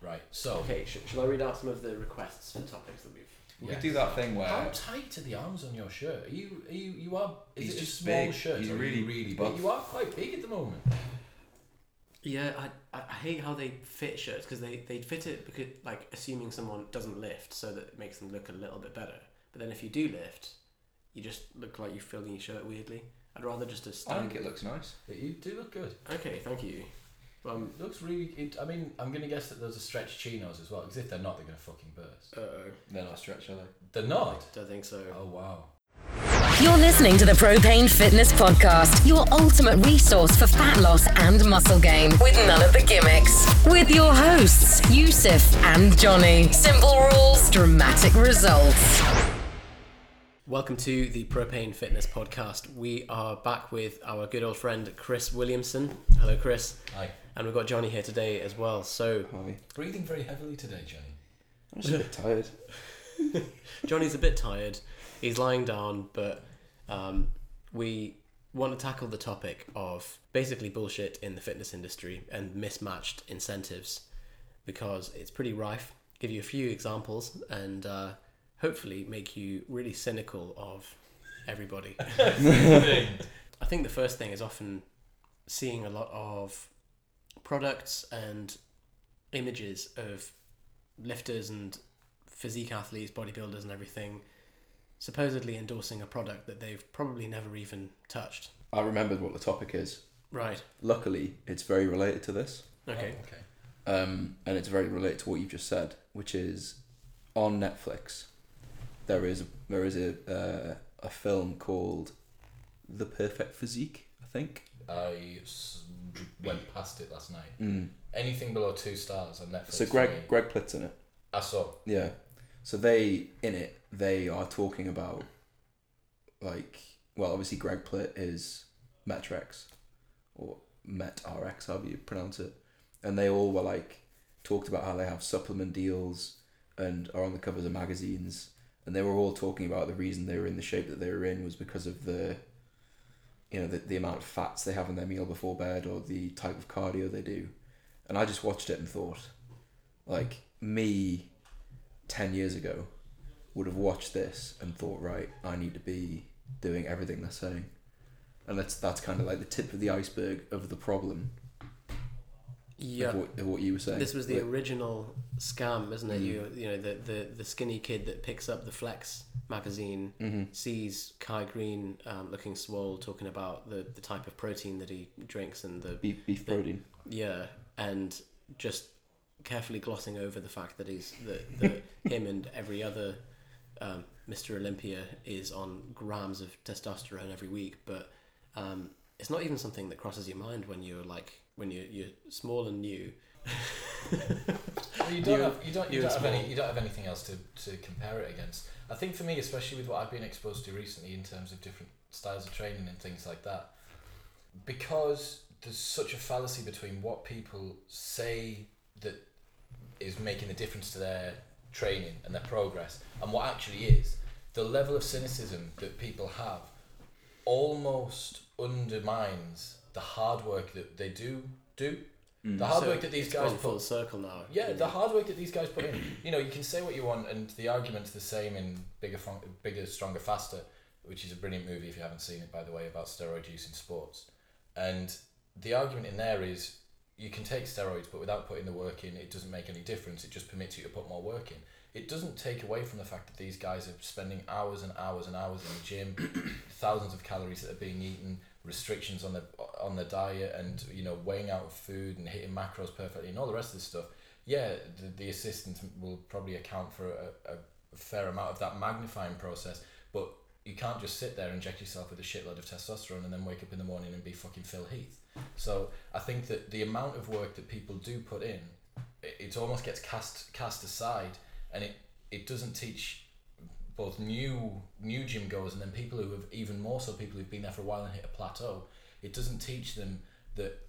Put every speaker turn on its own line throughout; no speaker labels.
Right. So
Okay, sh- shall I read out some of the requests for topics that we've?
We
Yeah.
could do that thing
how
where
tight are the arms on your shirt? Are you are you you are is
He's
it
just
a small
big.
shirt?
He's
or are you
really
really
buff.
big. You are quite big at the moment.
Yeah, I, I I hate how they fit shirts because they they fit it because like assuming someone doesn't lift, so that it makes them look a little bit better. But then if you do lift, you just look like you're filling your shirt weirdly. I'd rather just a
I
stand.
think it looks nice.
But you do look good.
Okay, thank you. Um,
It looks really. It, I mean, I'm gonna guess that those are stretch chinos as well. Because if they're not, they're gonna fucking burst.
uh,
They're not stretch, are they?
They're not.
don't think so.
Oh wow.
You're listening to the Propane Fitness Podcast, your ultimate resource for fat loss and muscle gain with none of the gimmicks. With your hosts, Yusuf and Johnny. Simple rules, dramatic results.
Welcome to the Propane Fitness Podcast. We are back with our good old friend Chris Williamson. Hello, Chris.
Aye.
And we've got Johnny here today as well. So
Hi.
Breathing very heavily today, Johnny.
I'm just a bit tired.
Johnny's a bit tired. He's lying down, but um, we want to tackle the topic of basically bullshit in the fitness industry and mismatched incentives because it's pretty rife. Give you a few examples and uh, hopefully make you really cynical of everybody.
Oh,
I think the first thing is often seeing a lot of products and images of lifters and physique athletes, bodybuilders, and everything, supposedly endorsing a product that they've probably never even touched.
I remembered what the topic is.
Right.
Luckily, it's very related to this,
Okay.
Oh, okay.
um, and it's very related to what you've just said, which is on Netflix. There is there is a uh, a film called The Perfect Physique, I think.
I s- went past it last night.
Mm.
Anything below two stars on Netflix.
So Greg
for me.
Greg Plitt's in it.
I saw.
Yeah. So they in it they are talking about like well obviously Greg Plitt is Metrex or MetRx however you pronounce it, and they all were like talked about how they have supplement deals and are on the covers of magazines, and they were all talking about the reason they were in the shape that they were in was because of the you know the, the amount of fats they have in their meal before bed or the type of cardio they do, and I just watched it and thought like me 10 years ago would have watched this and thought, right, I need to be doing everything they're saying. And that's that's kind of like the tip of the iceberg of the problem
Yeah.
of, what, of what you were saying.
This was the
Like,
original scam, isn't it? You you know the, the the skinny kid that picks up the Flex magazine sees Kai Green um, looking swole, talking about the, the type of protein that he drinks and the
beef, beef protein.
Yeah, and just carefully glossing over the fact that he's that, that him and every other um, Mr. Olympia is on grams of testosterone every week, but um, it's not even something that crosses your mind when you're like when you're you're small and new.
Well, you don't
You-
have you don't you
you
don't have
and
any
small.
you don't have anything else to, to compare it against. I think for me, especially with what I've been exposed to recently in terms of different styles of training and things like that, because there's such a fallacy between what people say that is making the difference to their training and their progress and what actually is. The level of cynicism that people have almost undermines the hard work that they do do. The hard
Mm. So
work that these
it's
guys
gone
put
full circle now.
yeah, the hard work that these guys put in. You know, you can say what you want, and the argument's the same in bigger, Fun- bigger, stronger, faster, which is a brilliant movie if you haven't seen it, by the way, about steroid use in sports. And the argument in there is you can take steroids, but without putting the work in, it doesn't make any difference. It just permits you to put more work in. It doesn't take away from the fact that these guys are spending hours and hours and hours in the gym, thousands of calories that are being eaten, restrictions on the on the diet, and you know weighing out food and hitting macros perfectly and all the rest of this stuff. Yeah, the, the assistant will probably account for a, a fair amount of that magnifying process, but you can't just sit there, inject yourself with a shitload of testosterone, and then wake up in the morning and be fucking Phil Heath. So I think that the amount of work that people do put in, it, it almost gets cast cast aside, and it it doesn't teach both new new gym goers and then people who have even more so people who've been there for a while and hit a plateau. It doesn't teach them that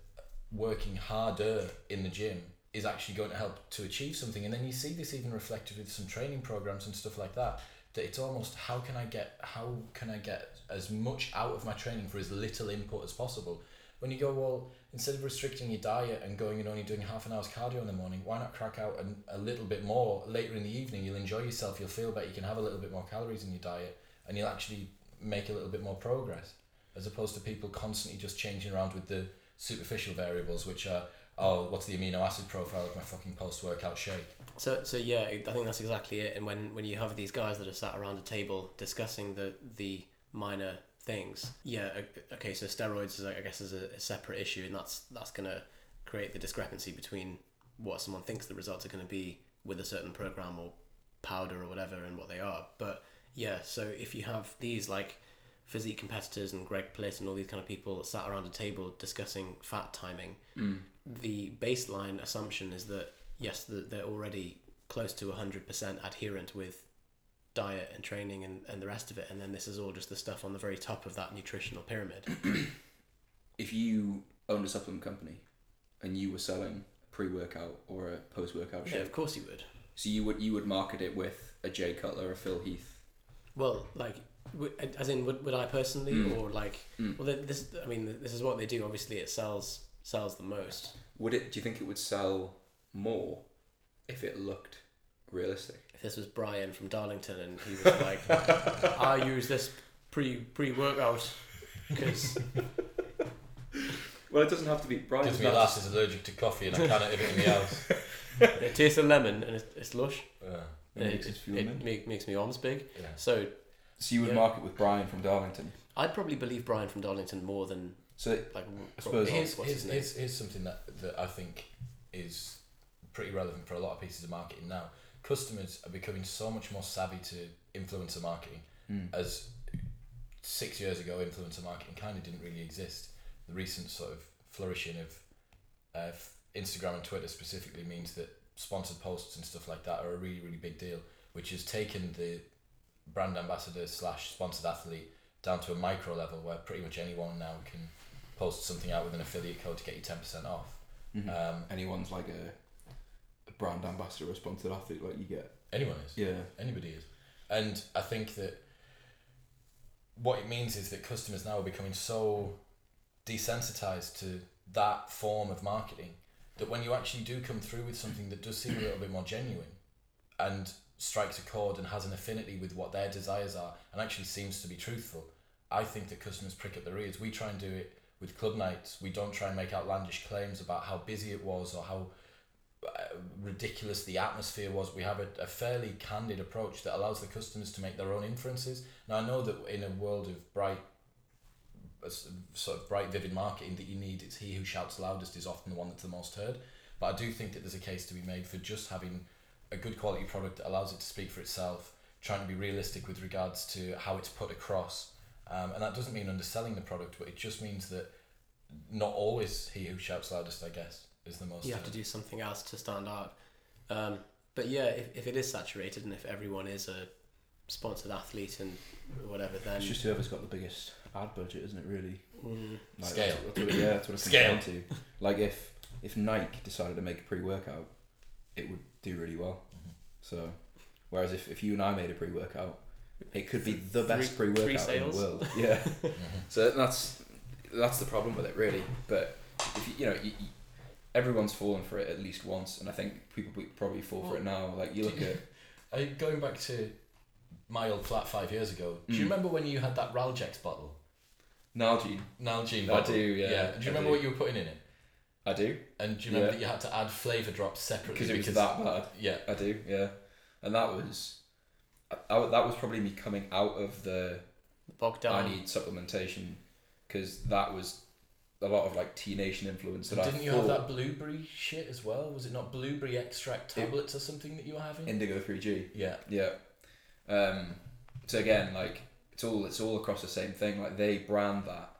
working harder in the gym is actually going to help to achieve something. And then you see this even reflected with some training programs and stuff like that. That it's almost how can I get how can I get as much out of my training for as little input as possible. When you go well, instead of restricting your diet and going and only doing half an hour's cardio in the morning, why not crack out an, a little bit more later in the evening? You'll enjoy yourself, you'll feel better, you can have a little bit more calories in your diet, and you'll actually make a little bit more progress as opposed to people constantly just changing around with the superficial variables, which are, oh, what's the amino acid profile of my fucking post workout shake?
So, so yeah, I think that's exactly it. And when, when you have these guys that are sat around a table discussing the the minor things, yeah, o- okay. So steroids, is, I guess, is a, a separate issue, and that's that's gonna create the discrepancy between what someone thinks the results are gonna be with a certain program or powder or whatever, and what they are. But yeah, so if you have these like physique competitors and Greg Plitt and all these kind of people sat around a table discussing fat timing, the baseline assumption is that yes, that they're already close to 100% adherent with diet and training and, and the rest of it, and then this is all just the stuff on the very top of that nutritional pyramid.
if you owned a supplement company and you were selling pre-workout or a post-workout
yeah,
shake,
of course you would.
so you would you would market it with a Jay Cutler, a Phil Heath.
Well, like, w- as in, would, would I personally, or like, well, th- this, I mean, this is what they do. Obviously, it sells sells the most.
Would it? Do you think it would sell more if it looked realistic?
If this was Brian from Darlington and he was like, I use this pre pre workout because
Well, it doesn't have to be. Brian's
Because my
nuts.
lass is allergic to coffee and I can't have it in the house.
it tastes of lemon and it's, it's lush.
Yeah.
It makes it feel mint.
make, makes me arms big.
Yeah.
So
So you would
Yeah.
market with Brian from Darlington.
I'd probably believe Brian from Darlington more than
So
like. I
suppose-
Here's,
what's
here's,
his name?
here's, here's something that, that I think is pretty relevant for a lot of pieces of marketing now. Customers are becoming so much more savvy to influencer marketing
uh,
as six years ago, influencer marketing kind of didn't really exist. The recent sort of flourishing of uh, f- Instagram and Twitter specifically means that sponsored posts and stuff like that are a really, really big deal, which has taken the brand ambassador slash sponsored athlete down to a micro level where pretty much anyone now can post something out with an affiliate code to get you 10% off. Um,
anyone's like a, a brand ambassador, or sponsored athlete, like you get.
anyone is.
Yeah.
Anybody is. And I think that what it means is that customers now are becoming so desensitized to that form of marketing that when you actually do come through with something that does seem a little bit more genuine and strikes a chord and has an affinity with what their desires are and actually seems to be truthful, I think that customers prick up their ears. We try and do it with club nights. We don't try and make outlandish claims about how busy it was or how ridiculous the atmosphere was. We have a, a fairly candid approach that allows the customers to make their own inferences. Now I know that in a world of bright, uh, s- sort of bright, vivid marketing that you need, it's he who shouts loudest is often the one that's the most heard. But I do think that there's a case to be made for just having a good quality product that allows it to speak for itself. Trying to be realistic with regards to how it's put across, um, and that doesn't mean underselling the product, but it just means that not always he who shouts loudest, I guess, is the most.
you have
heard.
to do something else to stand out. Um, but yeah, if, if it is saturated and if everyone is a sponsored athlete and whatever, then
It's just whoever's got the biggest ad budget, isn't it? Really.
Mm,
Like,
Scale.
That's, that's what, yeah, that's what it's
Scale.
Scale. down to. Like if if Nike decided to make a pre-workout, it would do really well. So, whereas if, if you and I made a pre-workout, it could be the best
Three- three
pre-workout in the
sales?
world. Yeah. so that's that's the problem with it, really. But if you, you know. You, you, Everyone's fallen for it at least once, and I think people would probably fall for it now. Like you look at
I, going back to my old flat five years ago, do you
Mm.
remember when you had that Ralgex bottle?
Nalgene,
Nalgene
I
bottle?
do, yeah,
Do you
I
remember
do.
what you were putting in it?
I do
And do you remember
Yeah.
that you had to add flavour drops separately?
because it was that bad.
Yeah.
I do, yeah. And that was, I, I- that was probably me coming out of the
bogged
Oh.
down.
I need supplementation because that was a lot of like T Nation influence. That
And didn't
I
you have that
thought-
blueberry shit as well? Was it not blueberry extract
It-
tablets or something that you were having?
Indigo Three G?
yeah.
Yeah. Um, so again, like it's all it's all across the same thing. Like they brand that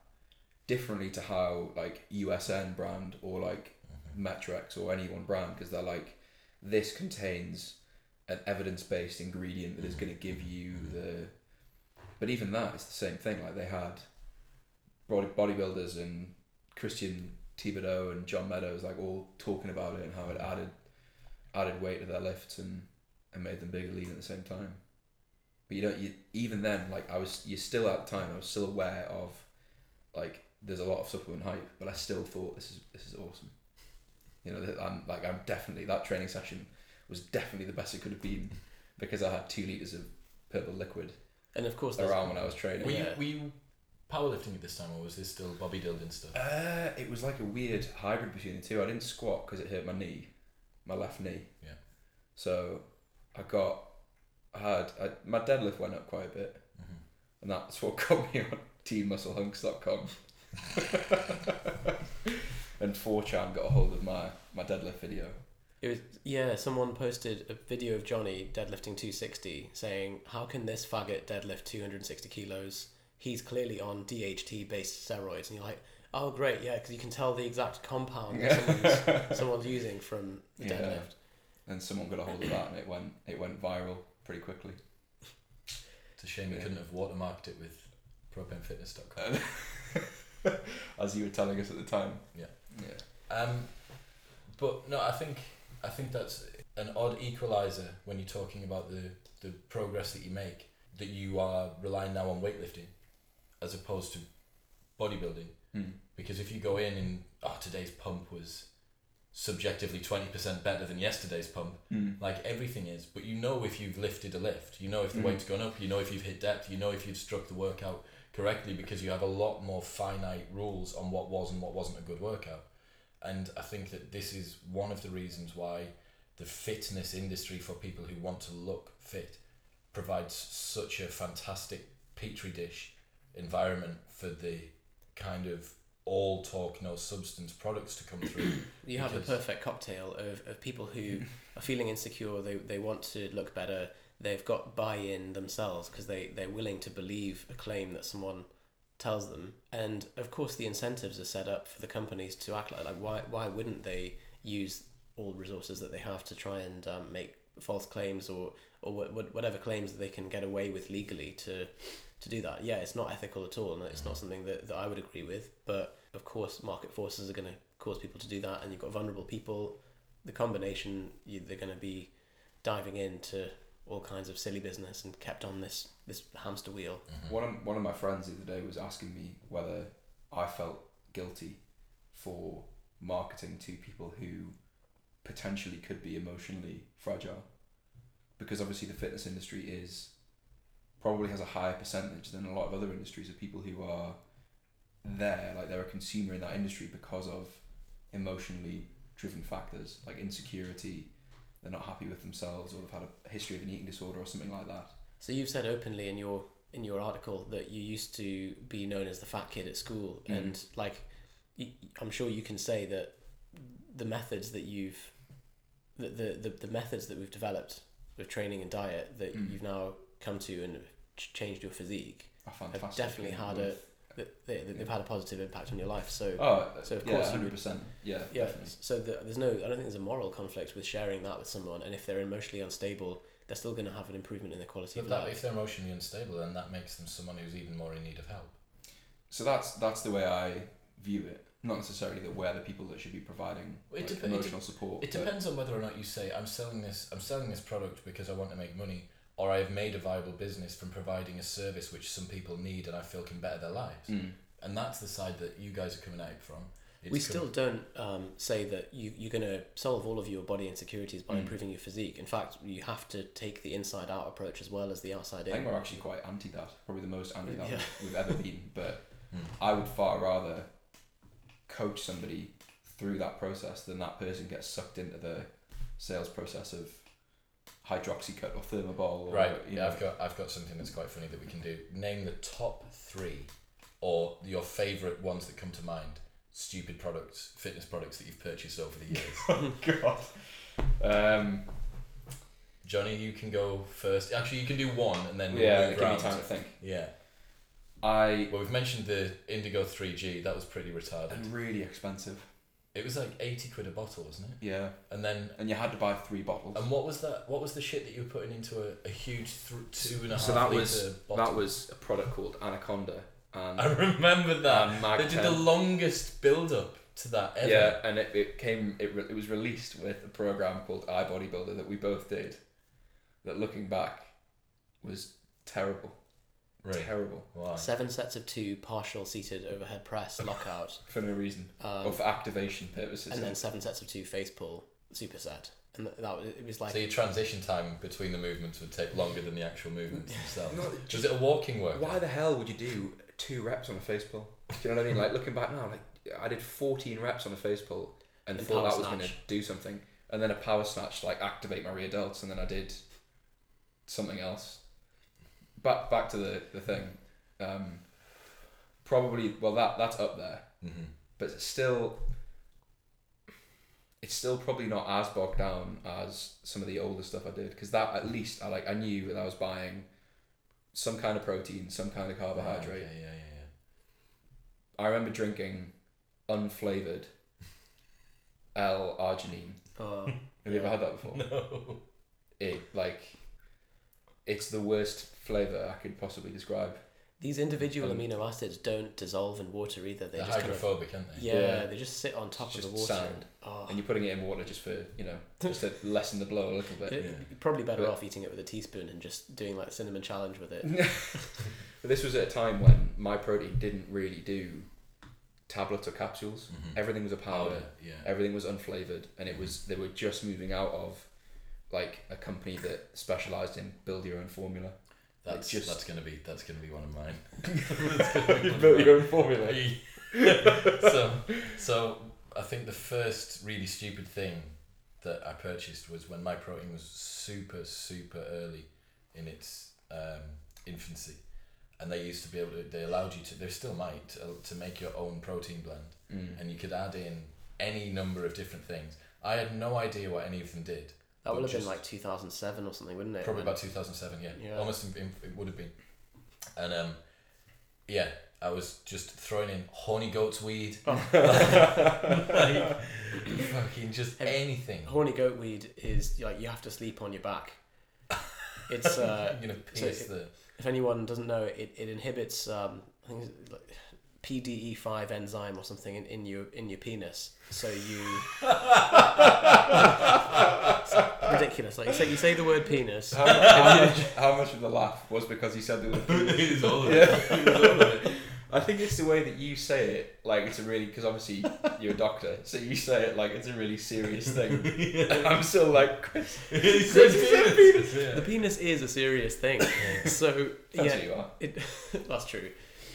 differently to how like USN brand or like Metrex or anyone brand because they're like this contains an evidence based ingredient that is going to give you the. But even that, it's the same thing. Like they had body bodybuilders and Christian Thibodeau and John Meadows like all talking about it and how it added added weight to their lifts and and made them big and lean at the same time. But you don't. You even then, like I was, you're still at the time. I was still aware of, like there's a lot of supplement hype, but I still thought this is this is awesome. You know, that I'm like I'm definitely that training session was definitely the best it could have been because I had two liters of purple liquid
And of course, there's,
around when I was training.
Were you
Yeah.
were you powerlifting at this time, or was this still Bobby Dildon stuff?
Uh, it was like a weird hybrid between the two. I didn't squat because it hurt my knee, my left knee.
Yeah.
So I got, I had, I, my deadlift went up quite a bit.
Mm-hmm.
And that's what got me on teammusclehunks.com. and 4chan got a hold of my, my deadlift video.
it was yeah. Someone posted a video of Johnny deadlifting 260, saying, "How can this faggot deadlift 260 kilos? He's clearly on DHT-based steroids." And you're like, "Oh, great, yeah," because you can tell the exact compound that someone's, someone's using from the
Yeah.
deadlift.
And someone got a hold of that and it went, it went viral pretty quickly.
It's a shame we
Yeah.
couldn't have watermarked it with propanefitness.com.
As you were telling us at the time.
Yeah.
Yeah.
Um, but no, I think I think that's an odd equalizer when you're talking about the the progress that you make. That you are relying now on weightlifting, as opposed to bodybuilding.
Hmm.
Because if you go in and oh today's pump was subjectively twenty percent better than yesterday's pump,
Mm.
like everything is. But you know if you've lifted a lift, you know if the
Mhm.
weight's gone up, you know if you've hit depth, you know if you've struck the workout correctly because you have a lot more finite rules on what was and what wasn't a good workout. And I think that this is one of the reasons why the fitness industry for people who want to look fit provides such a fantastic petri dish environment for the kind of all talk, no substance products to come through.
You have the
Because-
perfect cocktail of, of people who are feeling insecure, they, they want to look better, they've got buy in themselves because they, they're willing to believe a claim that someone tells them. And of course, the incentives are set up for the companies to act like, like why, why wouldn't they use all resources that they have to try and um, make false claims or, or what, what, whatever claims that they can get away with legally to, to do that? Yeah, it's not ethical at all, and it's not something that, that I would agree with, but of course, market forces are going to cause people to do that, and you've got vulnerable people. The combination, you, they're going to be diving into all kinds of silly business and kept on this this hamster wheel.
One of, one of my friends the other day was asking me whether I felt guilty for marketing to people who potentially could be emotionally fragile. Because obviously, the fitness industry is probably has a higher percentage than a lot of other industries of people who are there, like they're a consumer in that industry because of emotionally driven factors like insecurity, they're not happy with themselves, or they've had a history of an eating disorder or something like that.
So you've said openly in your in your article that you used to be known as the fat kid at school,
Mm.
and like, y- I'm sure you can say that the methods that you've the the, the, the methods that we've developed with training and diet that
Mm.
you've now come to and ch- changed your physique
I find
have
fascinating
definitely had
with-
a that they, that they've had a positive impact on your life. So
Oh,
So of
yeah,
course you
hundred
would-
percent. Yeah,
yeah,
definitely.
so the, there's no I don't think there's a moral conflict with sharing that with someone. And if they're emotionally unstable, they're still going to have an improvement in their quality
But
of
that,
life.
if they're emotionally unstable, then that makes them someone who's even more in need of help.
So that's that's the way I view it. Not necessarily that we're the people that should be providing
It
like,
dep- it
emotional support.
It
but-
depends on whether or not you say I'm selling this. I'm selling this product because I want to make money, or I have made a viable business from providing a service which some people need, and I feel can better their lives.
mm,
And that's the side that you guys are coming at it from. It's
we
com-
still don't um, say that you, you're going to solve all of your body insecurities
Hmm.
by improving your physique. In fact, you have to take the inside out approach as well as the outside
I
in.
think we're actually quite anti that. Probably the most anti that
Yeah.
we've ever been. But
Hmm.
I would far rather coach somebody through that process than that person gets sucked into the sales process of hydroxycut or thermobol. Or,
right.
You
yeah,
know,
I've got I've got something that's quite funny that we can do. Name the top three, or your favorite ones that come to mind. Stupid products, fitness products that you've purchased over the years.
Oh, God. Um,
Johnny, you can go first. Actually, you can do one, and then we'll
yeah,
move
give me
round.
time to think.
Yeah.
I
Well, we've mentioned the Indigo 3G. That was pretty retarded.
and really expensive.
It was like 80 quid a bottle, wasn't it?
Yeah,
And then,
and you had to buy three bottles.
and what was that? What was the shit that you were putting into a, a huge th- two and a half
so that
litre
was
bottle?
that was a product called Anaconda, and
I remember that.
And Mag
they did
10.
the longest build up to that ever.
yeah, and it, it came it, re- it was released with a program called iBodybuilder that we both did. That looking back was terrible.
Really?
Terrible
Why?
Seven sets of two partial seated overhead press lockout,
for no reason
um,
or for activation purposes.
and then seven sets of two face pull superset. And th- that was, it was like
So your transition time between the movements would take longer than the actual movements themselves.
No,
Was it a walking workout?
Why the hell would you do two reps on a face pull? Do you know what I mean? Like looking back now, like I did 14 reps on a face pull and,
And
thought
power
that was going to
snatch.
do something, and then a power snatch to, like activate my rear delts, and then I did something else. Back back to the the thing. Um, probably well that that's up there,
Mhm.
but it's still. It's still probably not as bogged down as some of the older stuff I did because that at least I like I knew that I was buying some kind of protein, some kind of
Yeah,
carbohydrate.
yeah, yeah, yeah.
I remember drinking unflavored L-arginine.
uh,
Have you ever had that before? No. It like it's the worst flavor I could possibly describe.
these individual
Um,
amino acids don't dissolve in water either. They
They're
just kind of
hydrophobic, aren't they?
yeah,
Yeah.
they just sit on top
It's
of the
just
water.
sand.
Oh,
And you're putting it in water just for you know just to lessen the blow a little bit.
it- you're probably better
But-
off eating it with a teaspoon and just doing like cinnamon challenge with it.
But this was at a time when my protein didn't really do tablets or capsules. Everything was a powder.
Powder, Mm-hmm. Oh, yeah.
Everything was unflavored, and it was they were just moving out of like a company that specialized in build your own formula.
That's
It just-
that's gonna be that's gonna be one of mine.
you built your own formula.
so so I think the first really stupid thing that I purchased was when my protein was super super early in its um, infancy, and they used to be able to they allowed you to they still might to, to make your own protein blend,
Mm.
and you could add in any number of different things. I had no idea what any of them did.
That would
but
have been
just-
like 2007 or something, wouldn't it?
probably
When-
about 2007 yeah,
Yeah.
almost in, in- it would have been and um yeah i was just throwing in horny goat's weed
Oh.
like fucking just anything
Horny goat weed is like you have to sleep on your back. It's uh,
you know
so
piss
it-
the
if anyone doesn't know, it, it inhibits um, I think it's like PDE five enzyme or something in, in your in your penis. So you It's ridiculous. Like you say, you say the word penis.
How, how, much, how much of the laugh was because he said there was food?
it is all of
Yeah. I think it's the way that you say it, like it's a really because obviously you're a doctor, so you say it like it's a really serious thing. And I'm still like, Chris,
The penis is a serious thing. So
that's
yeah,
what you are.
It, that's true.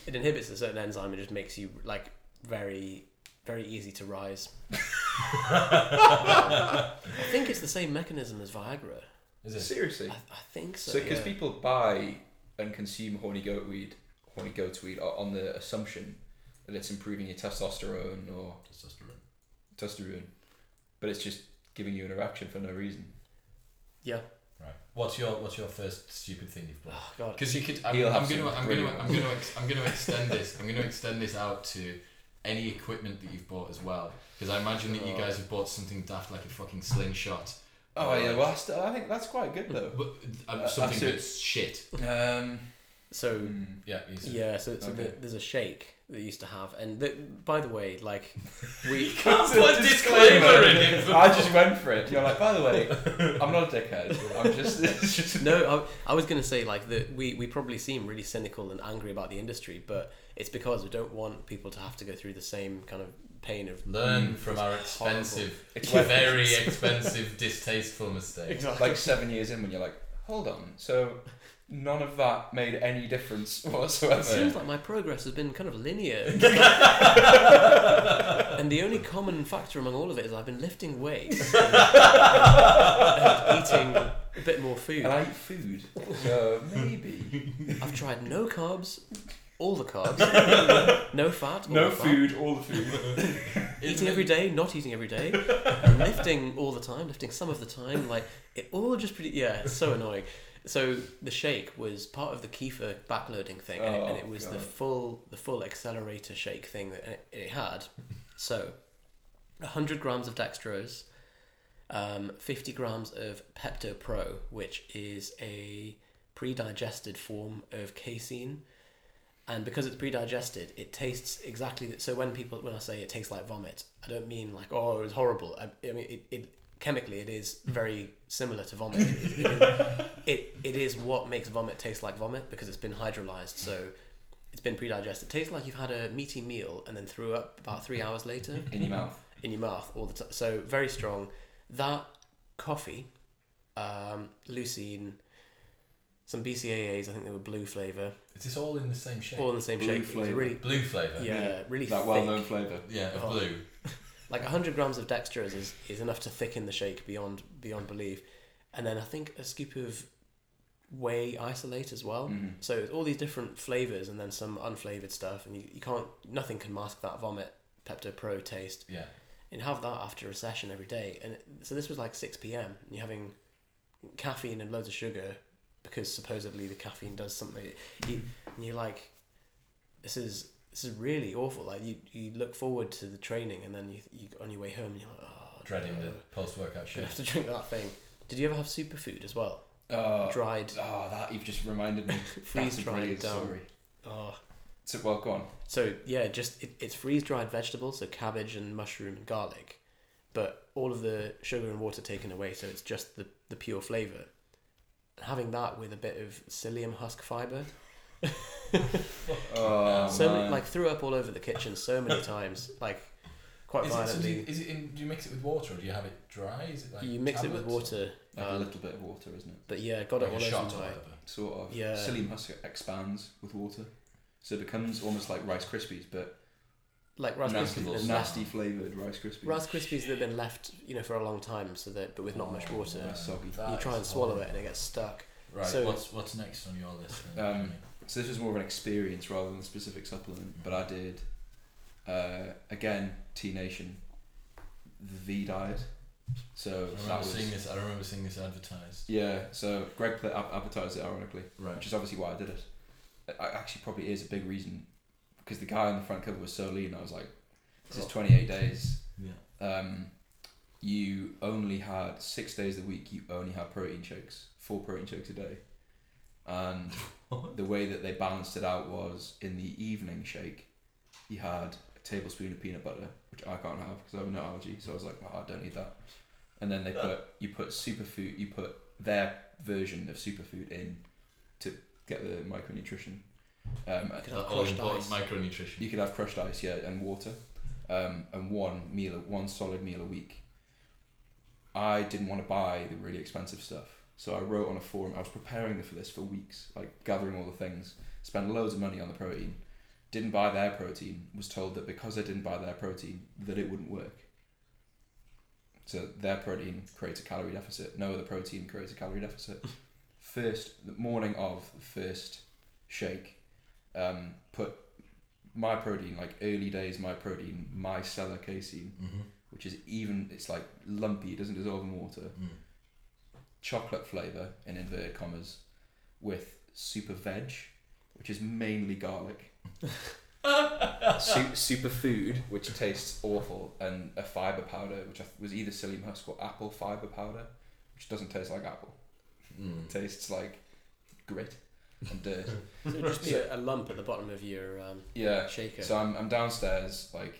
It inhibits a certain enzyme and just makes you like very, very easy to rise. I think it's the same mechanism as Viagra.
is it
Seriously.
I, I think so.
So because
yeah.
people buy and consume horny goat weed, horny goat's weed o- on the assumption that it's improving your testosterone or
testosterone
testosterone, but it's just giving you an erection for no reason.
yeah.
right what's your what's your first stupid thing you've bought
Oh god.
Because you could, I'm,
He'll have
I'm gonna,
some
I'm gonna,
brilliant
I'm gonna, ex- I'm gonna extend this. I'm gonna extend this out to any equipment that you've bought as well. Because I imagine that you guys have bought something daft like a fucking slingshot.
Oh
Or
yeah,
like-
well I, still, I think that's quite good though.
but, uh,
Uh,
something
absolute-
that's shit.
Um,
So
Yeah. you said-
yeah. So, so
Okay.
the, there's a shake that you used to have, and the, by the way, like we
Put disclaimer in it for-
I just went for it. You're like, by the way, I'm not a dickhead. I'm just, it's just
No, I, I was going to say like that we, we probably seem really cynical and angry about the industry, but it's because we don't want people to have to go through the same kind of pain of
Learn from our expensive,
It's
very expensive, distasteful mistakes.
exactly.
like seven years in when you're like, hold on, so none of that made any difference
It
whatsoever.
seems like my progress has been kind of linear. and the only common factor among all of it is I've been lifting weights and, eating a bit more food.
And I eat food, so maybe
I've tried no carbs, all the carbs, no fat, all the fat.
all the food.
eating every day, not eating every day, and lifting all the time, lifting some of the time, like it all just pretty yeah, it's so annoying. So the shake was part of the kefir backloading thing, and, it, and
Oh,
it was the
God.
full the full accelerator shake thing that it, it had. So, hundred grams of dextrose, um, fifty grams of Pepto Pro, which is a pre-digested form of casein and because it's pre-digested, it tastes exactly. So when people when I say it tastes like vomit, I don't mean like oh it was horrible. I, I mean it, it chemically it is very similar to vomit. It, it, it, it is what makes vomit taste like vomit because it's been hydrolyzed, so it's been pre-digested. It tastes like you've had a meaty meal and then threw up about three hours later
in your mouth.
in your mouth all the time. So very strong. That coffee, um, leucine, some BCAAs. I think they were blue flavor,
Is this all in the same shape?
all in the same
Blue
shape. It was
flavour.
Really,
blue flavour.
yeah, really
That
thick.
well-known flavour.
Yeah, of
Oh.
blue.
like 100 grams of dextrose is, is enough to thicken the shake beyond beyond belief and then i think a scoop of whey isolate as well so it's all these different flavors and then some unflavored stuff and you, you can't nothing can mask that vomit pepto pro taste
Yeah.
and have that after a session every day and it, so this was like 6 p.m and you're having caffeine and loads of sugar because supposedly the caffeine does something you, and you're like this is this is really awful like you, you look forward to the training and then you, you on your way home and you're like oh
Dreading
no,
the post workout
gonna
shit.
have to drink that thing did you ever have superfood as well
Uh,
Oh,
dried
oh, that you've just reminded me.
Freeze
That's a
dried
brilliant
down.
story.
oh
So, well, go on.
so yeah just it, it's freeze dried vegetables so cabbage and mushroom and garlic but all of the sugar and water taken away so it's just the, the pure flavor having that with a bit of psyllium husk fiber
Oh,
so many,
man.
like threw up all over the kitchen so many times like quite
Is it, so do,
violently
you, is it in, do you mix it with water or do you have it dry? Is it like
you mix it with
tablets?
water
like a
um,
little bit of water, isn't it?
but yeah got
Like
it all
a shot
over
or
my
whatever.
Sort of.
Yeah.
Silly musk expands with water, so it becomes almost like Rice Krispies, but
like rice
nasty,
krispies
Vegetables.
nasty,
they're left-
flavored Rice Krispies.
rice krispies that have been left you know for a long time so that but with not much water
They're soggy.
That
you try
is
and swallow it
horrible.
and it gets stuck
Right.
So-
what's what's next on your list? then,
Um,
Jamie?
So this was more of an experience rather than a specific supplement. But I did, uh, again, T Nation, the V diet. So
I
that
remember
was
seeing this. I remember seeing this advertised.
yeah. So Greg Plitt ad- advertised it ironically,
Right.
which is obviously why I did it. It a- actually probably is a big reason because the guy on the front cover was so lean. I was like, this is 28 days.
Yeah.
Um, you only had six days a week. You only had protein shakes, four protein shakes a day, and the way that they balanced it out was in the evening shake, you had a tablespoon of peanut butter, which I can't have because I have no allergy. So I was like, oh, I don't need that. And then they put you put superfood, you put their version of superfood in to get the micronutrition. Um,
you could
That
have
Uh, all
crushed
important
ice
micronutrition.
you could have crushed ice, yeah, and water, um, and one meal, one solid meal a week. I didn't want to buy the really expensive stuff, so I wrote on a forum. I was preparing for this for weeks, like gathering all the things, spent loads of money on the protein, didn't buy their protein. Was told that because I didn't buy their protein, that it wouldn't work. So their protein creates a calorie deficit. No other protein creates a calorie deficit. First, the morning of the first shake, um, put my protein, like early days my protein, my cellar casein, which is even it's like lumpy, it doesn't dissolve in water. Chocolate flavour in inverted commas with super veg, which is mainly garlic. Su- super food, which tastes awful, and a fiber powder, which I th- was either psyllium husk or apple fiber powder, which doesn't taste like apple.
Mm.
It tastes like grit and dirt.
so it'd just be a, a lump at the bottom of your um,
yeah,
shaker
so I'm, I'm downstairs, like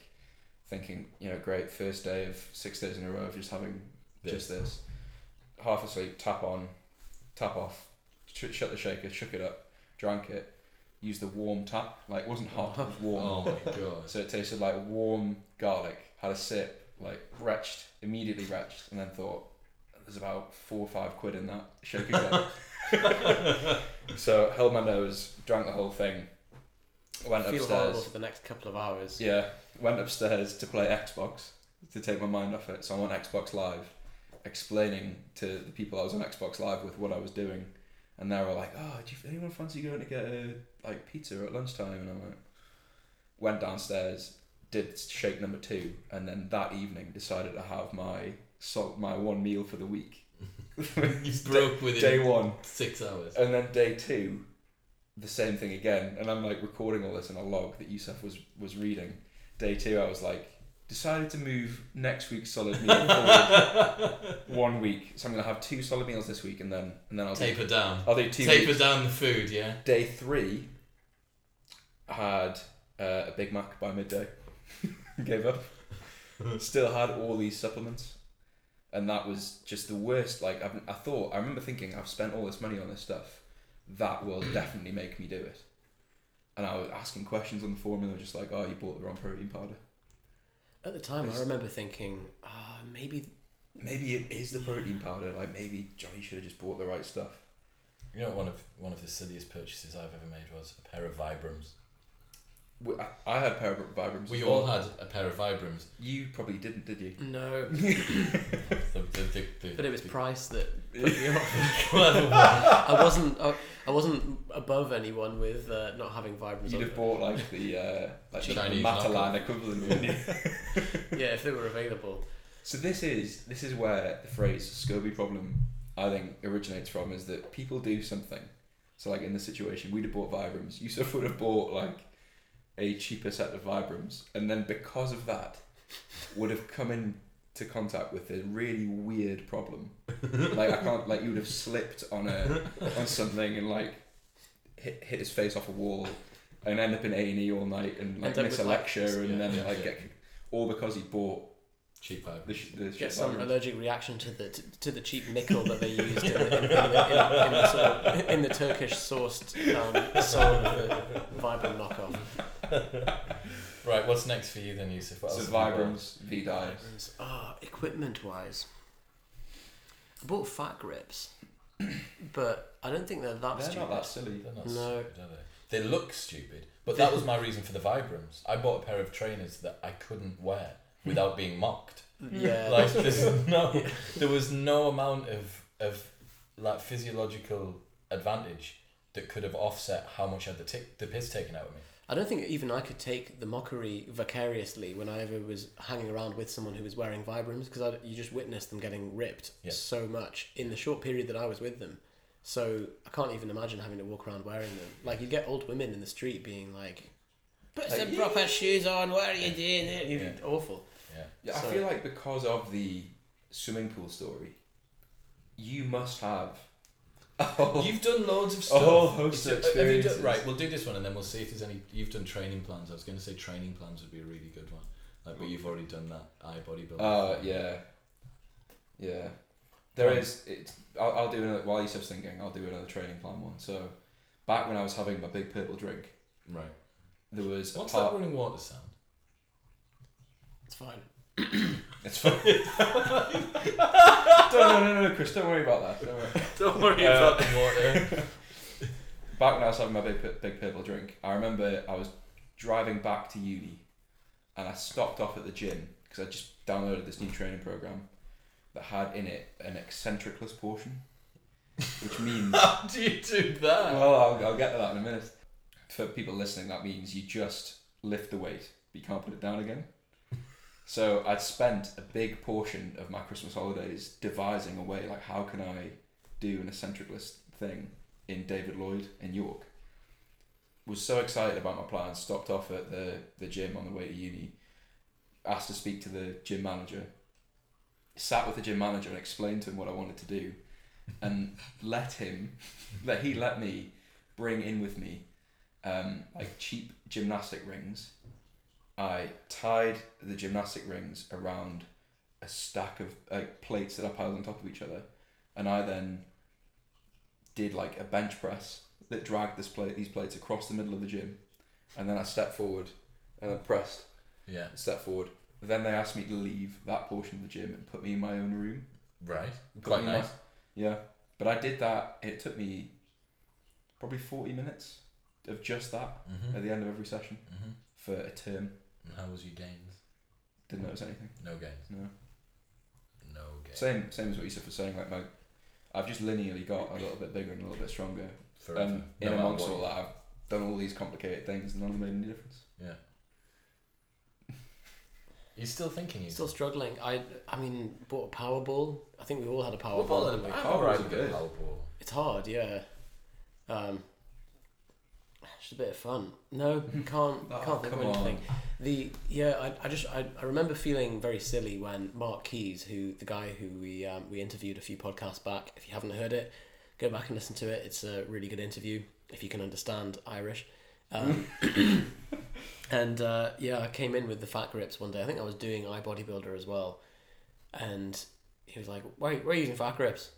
thinking, you know, great first day of six days in a row of just having just this. Half asleep, tap on, tap off, sh- shut the shaker, shook it up, drank it, used the warm tap. Like it wasn't hot, it was warm.
Oh my god.
So it tasted like warm garlic. Had a sip, like retched, immediately retched, and then thought, there's about four or five quid in that shaker cup. so held my nose, drank the whole thing, went
feel horrible
upstairs.
for the next couple of hours
Yeah, went upstairs to play Xbox to take my mind off it. So I'm on Xbox Live, explaining to the people I was on Xbox Live with what I was doing, and they were like, "Oh, do you, anyone fancy going to get a like pizza at lunchtime?" And I'm like, went downstairs, did shake number two, and then that evening decided to have my salt my one meal for the week.
You broke within
Day one.
six hours.
And then day two, the same thing again. And I'm like recording all this in a log that Yusuf was was reading. Day two, I was like, decided to move next week's solid meal forward one week. So I'm gonna have two solid meals this week, and then and then I'll do,
Taper down.
I'll do two.
Taper
weeks.
down the food. Yeah.
Day three, I had uh, a Big Mac by midday. Gave up. Still had all these supplements. and that was just the worst. Like I've, I thought, I remember thinking, I've spent all this money on this stuff. That will definitely make me do it. And I was asking questions on the forum, and they were just like, "Oh, you bought the wrong protein powder.
At the time, I remember thinking, ah, maybe
Maybe it is the protein powder. Like maybe Johnny should have just bought the right stuff."
You know, one of one of the silliest purchases I've ever made was a pair of Vibrams.
We- I, I had a pair of Vibrams.
We
as
all
well.
had a pair of Vibrams.
You probably didn't, did you?
no.
The, the, the, the,
But it was
the-
price that put me off.
Well, well,
I wasn't. I, I wasn't above anyone with uh, not having vibrams.
You'd
on
have bought like the uh, like the, the
Chinese
Matalan
knockoff.
equivalent, wouldn't you?
it. Yeah, if they were available.
So this is this is where the phrase "Scobie problem" I think originates from is that people do something. So like in this situation, we'd have bought Vibrams. Yusuf would have bought like a cheaper set of Vibrams, and then because of that, would have come into contact with a really weird problem. Like I can't like you would have slipped on a on something and like hit hit his face off a wall, and end up in A and E all night and like
End up
miss a
with, like,
lecture and
yeah,
then
yeah,
like
yeah.
get all because he bought
cheap
the,
Vibrams.
sh- the shit
Get some
Vibrams.
allergic reaction to the to, the cheap nickel that they used in the, in, the, in, the, in, the, sort of, in the Turkish sourced um, sole of the Vibram knockoff.
Right, what's next for you then, Yusuf? What else
So
have you bought?
Vibrams, V dies.
Ah, equipment wise, I bought fat grips, but I don't think they're that
They're
stupid.
not that silly.
They're
They're
not
No.
stupid, are they? They look stupid, but that was my reason for the Vibrams. I bought a pair of trainers that I couldn't wear without being mocked.
yeah,
Like there's no, there was no amount of of like physiological advantage that could have offset how much I had the tick the piss taken out of me.
I don't think even I could take the mockery vicariously when I ever was hanging around with someone who was wearing Vibrams because you just witnessed them getting ripped
Yeah.
so much in the short period that I was with them. So I can't even imagine having to walk around wearing them. Like you get old women in the street being like, "Put
Like,
some proper shoes on. What are you doing?" It-
Yeah.
Awful.
Yeah.
Yeah, I
So-
feel like because of the swimming pool story, you must have. Oh,
You've done loads of
A
stuff.
whole host
Have
of
you done-
experiences.
right, we'll do this one and then we'll see if there's any. You've done training plans. I was going to say training plans would be a really good one. Like, but you've already done that. I bodybuilding.
uh, yeah, yeah. There
Right.
is. It's, I'll, I'll do another. While Yusuf's thinking, I'll do another training plan one. So, back when I was having my big purple drink,
Right.
there was
What's
a
that
part.
running water sound?
It's fine.
It's fine. no, no, no, no, no, Chris, don't worry about that. Don't worry.
Don't worry
Uh,
about
the water.
back when I was having my big pu- big purple drink, I remember I was driving back to uni, and I stopped off at the gym because I just downloaded this new training program that had in it an eccentricless portion, which means
How do you do that?
well, I'll, I'll get to that in a minute. For people listening, that means you just lift the weight, but you can't put it down again. So I'd spent a big portion of my Christmas holidays devising a way, like how can I do an eccentricless thing in David Lloyd in York. Was so excited about my plans, stopped off at the, the gym on the way to uni, asked to speak to the gym manager, sat with the gym manager and explained to him what I wanted to do, and let him that he let me bring in with me um, like cheap gymnastic rings. I tied the gymnastic rings around a stack of like plates that I piled on top of each other, and I then did like a bench press that dragged this plate these plates across the middle of the gym, and then I stepped forward and I pressed
Yeah.
and stepped forward. Then they asked me to leave that portion of the gym and put me in my own room.
Right.
Put
Quite
me in my-
nice.
yeah, but I did that. It took me probably forty minutes of just that
Mm-hmm.
at the end of every session
Mm-hmm.
for a term.
And how was your gains? Hmm.
Didn't notice anything.
No gains.
No.
No gains.
Same same as what Yusuf was saying. Like my, I've just linearly got a little bit bigger and a little bit stronger.
Forever.
And
No
in
matter
amongst
what
all
you-
that, I've done all these complicated things and none of them made any difference.
Yeah. You're still thinking you.
Still struggling. I I mean, bought a Powerball. I think we all had a Powerball.
Well, well, then,
Like,
I'm
Powerball's
alright
are
with
good.
the Powerball.
It's hard, yeah. Um, just a bit of fun. No, can't
Oh,
can't think of
come
anything. The yeah, I, I just I, I remember feeling very silly when Mark Keys, who the guy who we um, we interviewed a few podcasts back. If you haven't heard it, go back and listen to it. It's a really good interview if you can understand Irish. Um, and uh, yeah, I came in with the fat grips one day. I think I was doing iBodybuilder as well, and he was like, "Why? Why are you using fat grips?"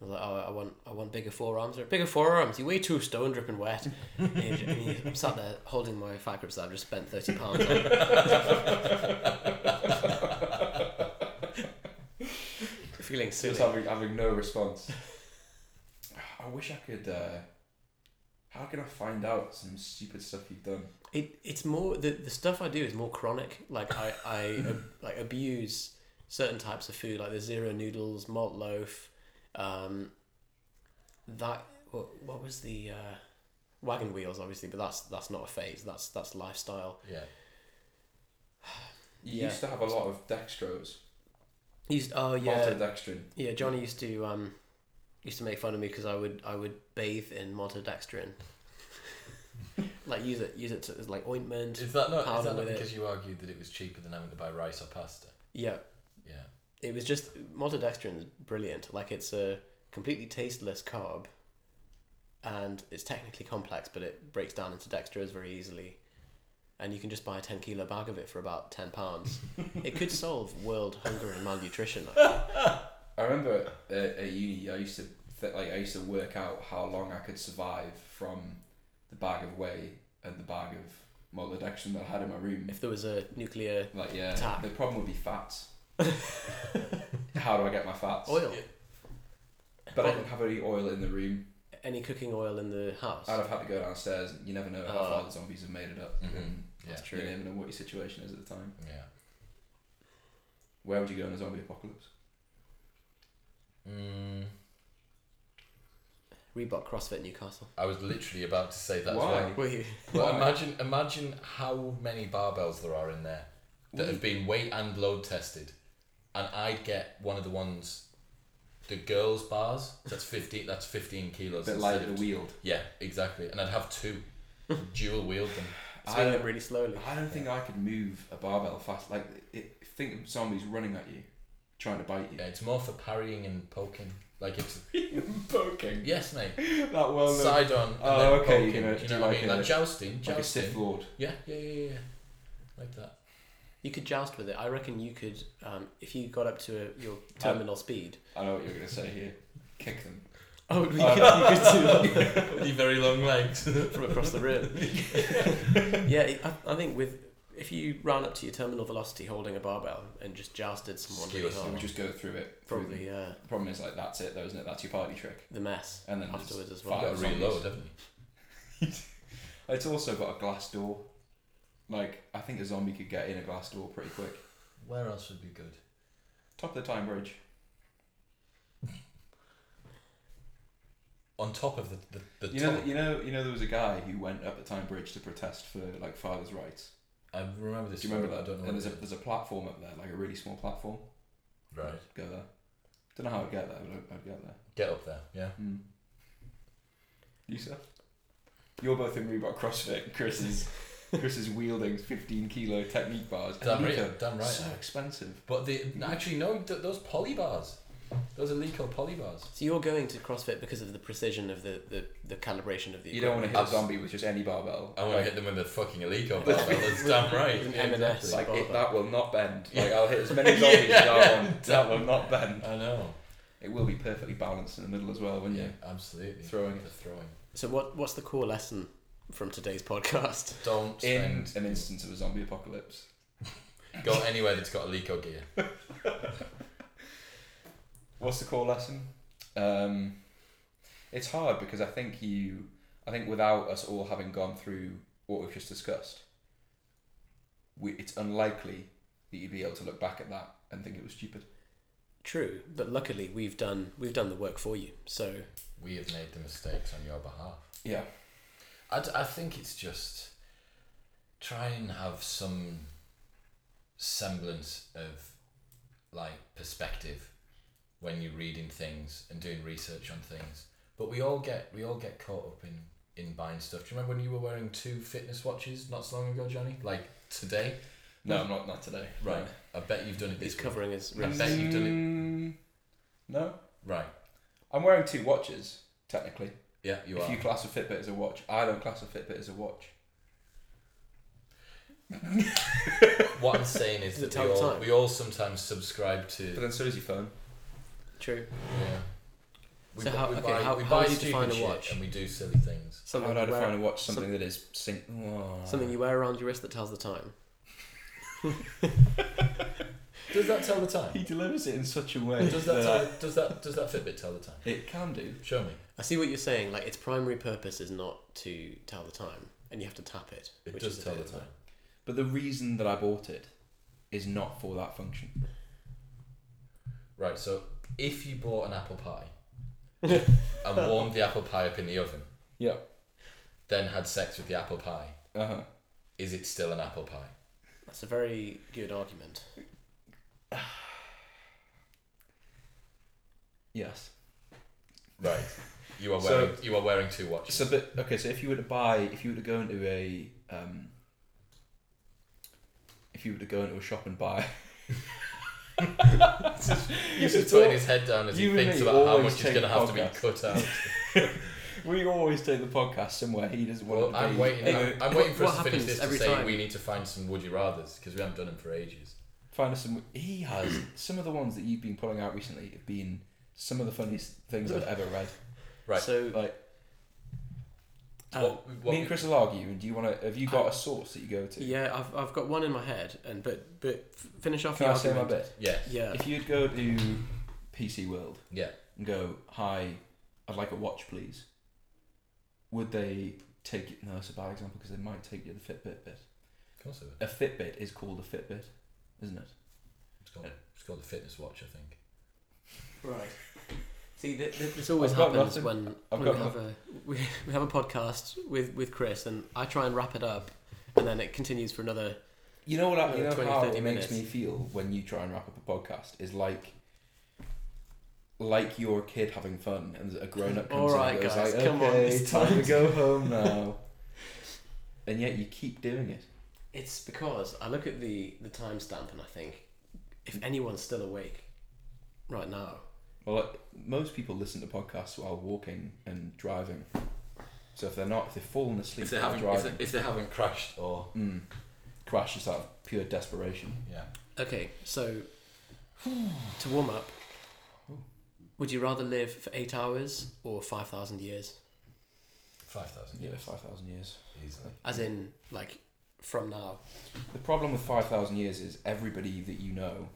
I was like, "Oh, I want, I want bigger forearms or bigger forearms. You weigh two stone, dripping wet." and he- and he- I'm sat there holding my fat grips that I've just spent thirty pounds on. Feeling silly.
Just having, having no response. I wish I could. Uh, how can I find out some stupid stuff you've done?
It it's more the, the stuff I do is more chronic. Like I I ab- like abuse certain types of food, like the zero noodles, malt loaf, um, that what, what was the uh, wagon wheels, obviously, but that's that's not a phase. That's that's lifestyle.
Yeah.
You
Yeah.
used to have a lot of dextrose,
He Used oh yeah
maltodextrin.
yeah Johnny used to um used to make fun of me because I would I would bathe in maltodextrin. like use it use it to, as like ointment.
Is that not, is
Powder
that not
with it.
because you argued that it was cheaper than having to buy rice or pasta?
Yeah,
Yeah.
it was just maltodextrin is brilliant. Like it's a completely tasteless carb, and it's technically complex, but it breaks down into dextrose very easily, and you can just buy a ten kilo bag of it for about ten pounds. it could solve world hunger and malnutrition.
I remember at, at uni, I used to th- like I used to work out how long I could survive from the bag of whey and the bag of maltodextrin that I had in my room.
If there was a nuclear
Like yeah,
Attack.
the problem would be fats. how do I get my fats?
oil,
But I didn't have any oil in the room.
any cooking oil in the house,
I'd have had to go downstairs. and You never know how
Oh.
far the zombies have made it up.
Mhm.
And
Yeah.
That's
You
True.
never know what your situation is at the time.
Yeah.
Where would you go in a zombie apocalypse?
Mm,
Reebok CrossFit Newcastle.
I was literally about to say that. as
Why?
well.
Were you?
Well,
Why?
imagine imagine how many barbells there are in there that have been weight and load tested, and I'd get one of the ones, the girls' bars. That's fifteen. That's fifteen
A
kilos.
bit
instead
like the
of-
wield.
Yeah, exactly. And I'd have two, dual wield them.
Swing them really slowly.
I don't think I could move a barbell fast. Like, it, think of zombies running at you, trying to bite you.
Yeah, it's more for parrying and poking. Like it's
Poking.
yes, mate.
That well known.
Side on. and
Oh,
then
okay, you're
Poking.
gonna
do you
do
know what I
like
mean?
a-
like jousting,
Like a
jousting.
Sith Lord.
yeah, yeah, yeah, yeah, yeah. Like that.
You could joust with it. I reckon you could, um, if you got up to a, your terminal speed.
I know what you're going to say here. Kick them. Uh,
Oh, you could, you could do that.
With your very long legs.
from across the room. yeah, I, I think with if you ran up to your terminal velocity holding a barbell and just jousted someone
Skewer
really
So
hard,
we just go through it. through them.
probably uh,
The problem is, like, that's it, though, isn't it? That's your party trick.
the mess
And then
afterwards as
just
well.
fire.
Got to reload, haven't you?
It's also got a glass door. Like, I think a zombie could get in a glass door pretty quick.
Where else would be good?
Top of the time bridge.
On top of the the, the
You
top.
know, you know, you know. There was a guy who went up the Time Bridge to protest for like fathers' rights.
I remember this.
Do you remember
story,
that?
but I don't know.
and
what
there's a
it
there's a platform up there, like a really small platform.
is. Right.
Go there. Don't know how I'd get there, but I'd- I'd get there.
Get up there. Yeah.
Hmm. You sir? You're both in Reebok CrossFit. Chris is Chris is wielding 15 kilo technique bars. And
Damn
Nico,
right. Damn right.
So expensive.
But the actually no, th- those poly bars, those are Lico poly bars.
So you're going to CrossFit because of the precision of the, the, the calibration of the
You don't want to hit a
Abs-
zombie with just any barbell.
I want
Like-
to hit them with a fucking Lico barbell. That's damn right.
With an M&S.
Like it,
barbell.
that will not bend. Like I'll hit as many zombies as I want. That will not bend.
I know.
It will be perfectly balanced in the middle as well, won't
Yeah,
you?
absolutely.
Mm. Throwing it.
The throwing.
So what what's the core lesson from today's podcast?
Don't
In
spend.
an instance of a zombie apocalypse.
Go anywhere that's got a Lico gear.
What's the core lesson? Um, it's hard because I think you, I think without us all having gone through what we've just discussed, we, it's unlikely that you'd be able to look back at that and think it was stupid.
True, but luckily we've done we've done the work for you. So
We have made the mistakes on your behalf.
Yeah.
I, d- I think it's just try and have some semblance of like perspective when you're reading things and doing research on things. But we all get we all get caught up in in buying stuff. Do you remember when you were wearing two fitness watches not so long ago, Johnny? Like today,
No, I'm not not today.
right? I bet you've done it this
he's
week.
covering his
I bet you've done it
Mm, No,
right.
I'm wearing two watches technically.
Yeah, you
if
are.
you class a Fitbit as a watch, I don't class a Fitbit as a watch.
what I'm saying is
Does it
that we
tell the
all
time?
we all sometimes subscribe to
But then so does your phone.
True.
Yeah. We,
So
bu-
how-
we
okay,
buy,
how-
we
how
buy
would you
stupid
define a
shit
watch?
and we do silly things.
Something
I'd
you
either
wear,
find a watch something
some-
that is sync. Whoa.
something you wear around your wrist that tells the time.
Does that tell the time?
He delivers it in such a way.
Does that tell, does that does that Fitbit tell the time?
it can do.
Show me.
I see what you're saying. Like its primary purpose is not to tell the time, and you have to tap it.
It
which
does
is a
tell the
bit of
time.
a-
But the reason that I bought it is not for that function.
Right, so if you bought an apple pie and warmed the apple pie up in the oven,
Yeah.
then had sex with the apple pie,
Uh huh.
is it still an apple pie?
That's a very good argument.
Yes.
Right. You are
So-
wearing you are wearing two watches.
So, but okay. So, if you were to buy, if you were to go into a, um, if you were to go into a shop and buy,
He's
You
just putting
all-
his head down as he
you and
thinks
me
about how
always
much he's
take
going to have to be
podcasts.
cut out.
we always take the podcast somewhere he doesn't want
Well,
it to
I'm
be.
waiting.
Hey,
I'm, I'm waiting for
what
us to finish
happens
this to
every
say
time?
we need to find some would you rather's because we haven't done them for ages.
Find us some. He has some of the ones that you've been pulling out recently have been some of the funniest things I've ever read.
Right.
So
Like
uh,
what, what
me and Chris will argue. And do you want to? Have you got a source that you go to?
yeah, I've, I've got one in my head, and but but f- finish off
Can
your
I say my
argument.
bit?
Yeah.
Yeah.
If you'd go to PC World
Yeah.
and go, "Hi, I'd like a watch, please," would they take it? No, that's a bad example because they might take you the Fitbit bit.
Of course I would.
A Fitbit is called a Fitbit, isn't it?
It's called, it's called the fitness watch, I think.
Right. See, th- th- this always
I've got
happens
nothing.
when,
I've
when
got
we have a we, we have a podcast with with Chris, and I try and wrap it up, and then it continues for another.
You know what? I, you
Yeah,
know
20,
how
30
it
minutes.
makes me feel when you try and wrap up a podcast is like, like you're a kid having fun, and a grown up comes
All
in
right,
and goes
guys,
like,
come on,
"Okay,
it's
time
time."
to go home now." and yet you keep doing it.
It's because I look at the the timestamp and I think, if anyone's still awake, right now,
Well, like, most people listen to podcasts while walking and driving. So if they're not, if they've fallen asleep
If they
while
haven't, if
driving,
they, if they haven't crashed or
mm, crash just out of pure desperation.
yeah,
Okay, so to warm up, would you rather live for eight hours or five thousand years?
five thousand
Yeah,
years
five thousand years.
easily.
As in, like from now.
The problem with 5,000 years is everybody that you know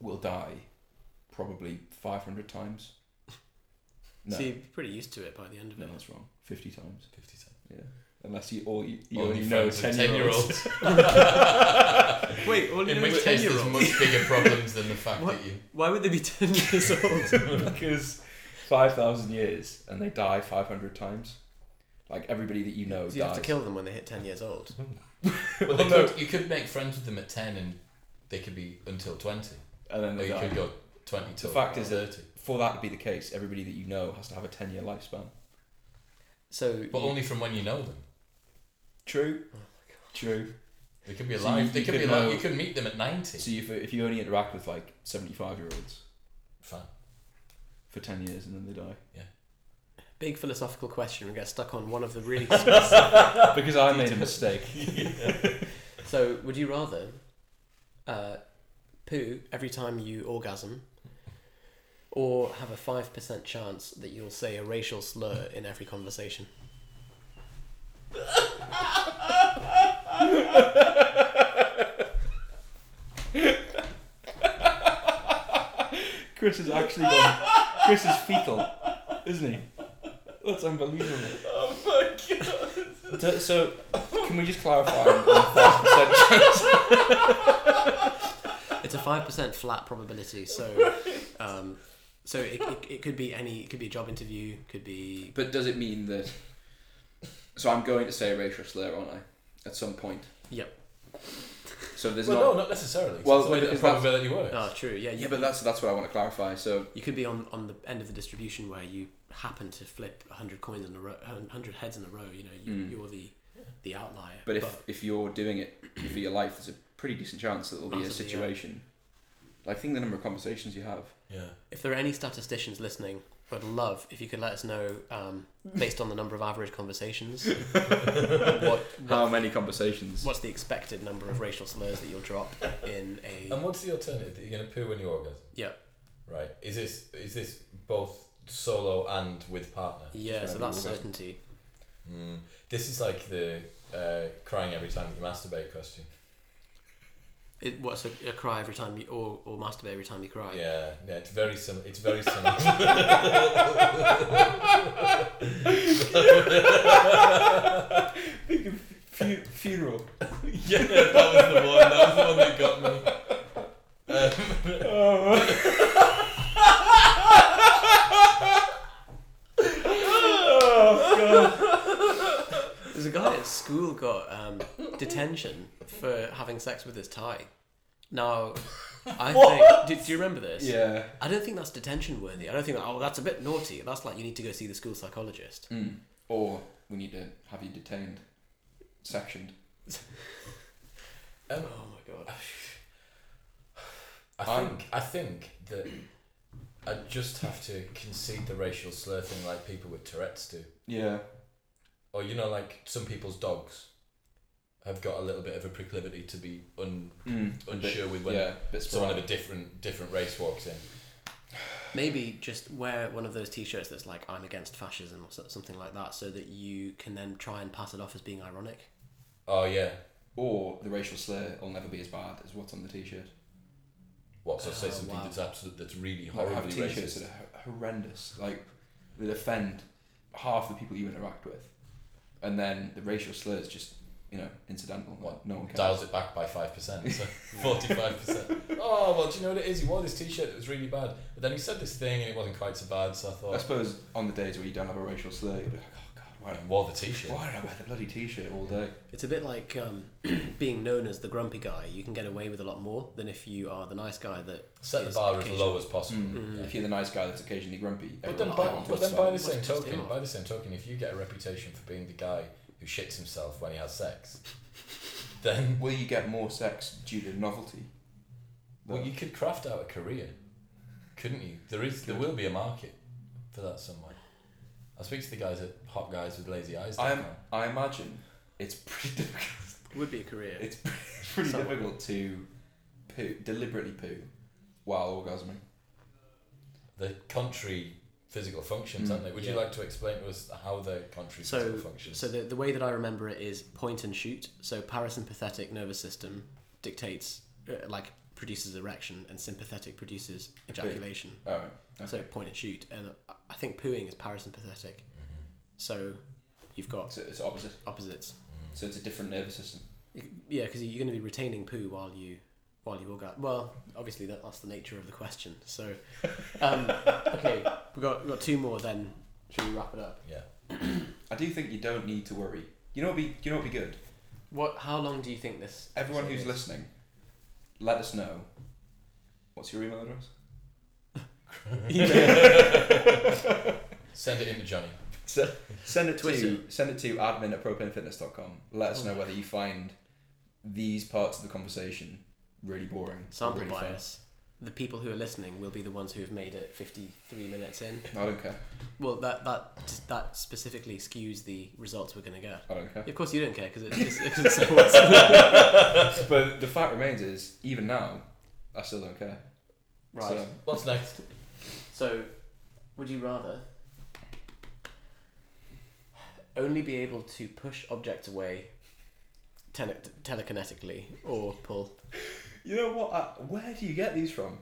will die probably 500 times. No,
So you'd be pretty used to it by the end of
no,
it.
that's wrong. 50 times.
Fifty times.
Yeah. Unless you all you, you
All
only
your
know
friends are
10 year olds.
Wait, all
In which case, there's much bigger problems than the fact
What?
that you.
Why would they be ten years old?
because 5,000 years and they die 500 times. Like everybody that you know
you have
dies.
to kill them when they hit ten years old.
Well,
Well,
they
no.
could, you could make friends with them at ten, and they could be until twenty,
and then
or
they
you
die.
could go twenty to
fact is that-
thirty,
For that to be the case, everybody that you know has to have a 10 year lifespan.
So,
but only from when you know them.
True. True.
They could be
So
alive.
you-
they
you
could,
could
be alive.
know-
You could meet them at ninety.
So if, if you only interact with like 75 year olds
Fine.
for 10 years and then they die.
big philosophical question. We get stuck on one of the really.
because I made a mistake.
so, would you rather uh, poo every time you orgasm, or have a five percent chance that you'll say a racial slur in every conversation?
Chris is actually gone. Chris is fetal, isn't he? That's unbelievable. Oh my god. So, can we just clarify? on the first percent?
It's a five percent flat probability. So, um, so it, it, it could be any. It could be a job interview. Could be
but does it mean that? So I'm going to say a racial slur, aren't I? At some point.
yep.
So there's
Well,
not.
no, not necessarily. Well,
Well, Ah.
the way that
because that's-
probability works.
Oh, true. Yeah. You,
Yeah, but that's that's what I want to clarify. So
you could be on, on the end of the distribution where you happen to flip hundred coins in a row, hundred heads in a row. You know, you,
Mm.
you're the the outlier.
But if if you're doing it for your life, there's a pretty decent chance that there'll be a
Massively, yeah.
situation. Like think the number of conversations you have.
Yeah.
if there are any statisticians listening, I'd love if you could let us know, um, based on the number of average conversations, what,
How
what
many conversations?
what's the expected number of racial slurs that you'll drop in a
Um, And what's the alternative? That you're going to poo when you orgasm?
yeah.
Right. Is this is this both solo and with partner?
Yeah, so
Right,
that's
we'll go.
certainty.
Mm. This is like the uh, crying every time you masturbate question.
It, what's a, a cry every time you or, or masturbate every time you cry?
Yeah, yeah, it's very similar. It's very similar.
Fu- funeral.
yeah, that was the one. That was the one that got me.
There's a guy at school got um, detention for having sex with his tie. Now, I think. Do, do you remember this?
Yeah.
I don't think that's detention worthy. I don't think that, oh, that's a bit naughty. That's like you need to go see the school psychologist.
Or we need to have you detained, sectioned.
Um,
Oh my god.
I think I think that I just have to concede the racial slur thing, like people with Tourette's do,
Yeah.
or you know, like some people's dogs have got a little bit of a proclivity to be un,
Mm.
unsure with when
yeah. Bit
someone of a
sporadic.
different different race walks in.
Maybe just wear one of those T-shirts that's like "I'm against fascism" or so- something like that, so that you can then try and pass it off as being ironic.
Oh yeah,
Or the racial slur will never be as bad as what's on the t-shirt.
what? So say
Oh,
something
wow.
that's absolute, that's really
Like, have
horribly
t-shirts that
racist.
are ho- horrendous, like that offend half the people you interact with, and then the racial slur is just you know incidental. Like, no one cares.
Dials it back by five percent, so forty-five percent. Oh well, do you know what it is? He wore this T-shirt that was really bad, but then he said this thing and it wasn't quite so bad. So I
I
thought,
suppose on the days where you don't have a racial slur, you'll be like, oh god, why,
I wore the T-shirt.
why did I wear the bloody t-shirt all day?
It's a bit like um, being known as the grumpy guy. You can get away with a lot more than if you are the nice guy that
Set the
is
bar as
occasional.
low as possible.
Mm.
Yeah.
If you're the nice guy that's occasionally grumpy,
But then,
everyone
by,
else
but
is
then by
Oh, fine.
the same
What's the
token,
stigma?
by the same token, if you get a reputation for being the guy who shits himself when he has sex, then
Will you get more sex due to novelty?
well, you could craft out a career, couldn't you? There is, there will be a market for that somewhere. I speak to the guys at Hot Guys with Lazy Eyes.
I,
don't
I imagine it's pretty difficult.
would be a career.
It's pretty difficult to poo, deliberately poo while orgasming.
they? the contrary physical functions, aren't they? Would you
yeah.
like to explain to us how the contrary
so
physical functions?
so the, the way that I remember it is point and shoot. So parasympathetic nervous system dictates uh, like produces erection, and sympathetic produces ejaculation.
All right.
So point and shoot, and I- I think pooing is parasympathetic.
Mm-hmm.
So you've got
So it's opposite.
opposites.
So it's a different nervous system.
Yeah, because you're going to be retaining poo while you while you orgasm. Well, obviously that, that's the nature of the question. So, um, okay, we got we got two more. Then should we wrap it up?
yeah.
I do think you don't need to worry. You know what be you know what be good.
What? How long do you think this?
Everyone
episode
who's
is?
listening, let us know. What's your email address?
Send it in to Johnny.
Se- send it
Twitter.
to Oh send it to admin at propanefitness.com. Let us know whether you find these parts of the conversation really boring. or
sample
really fun.
bias. The people who are listening will be the ones who have made it 53 minutes in.
I don't care.
Well, that that that specifically skews the results we're going to get.
I don't care.
Of course, you don't care because it's just it's just sports.
But the fact remains is, even now, I still don't care.
right.
So,
What's next?
So, would you rather only be able to push objects away tele- telekinetically or pull?
you know what? I, where do you get these from?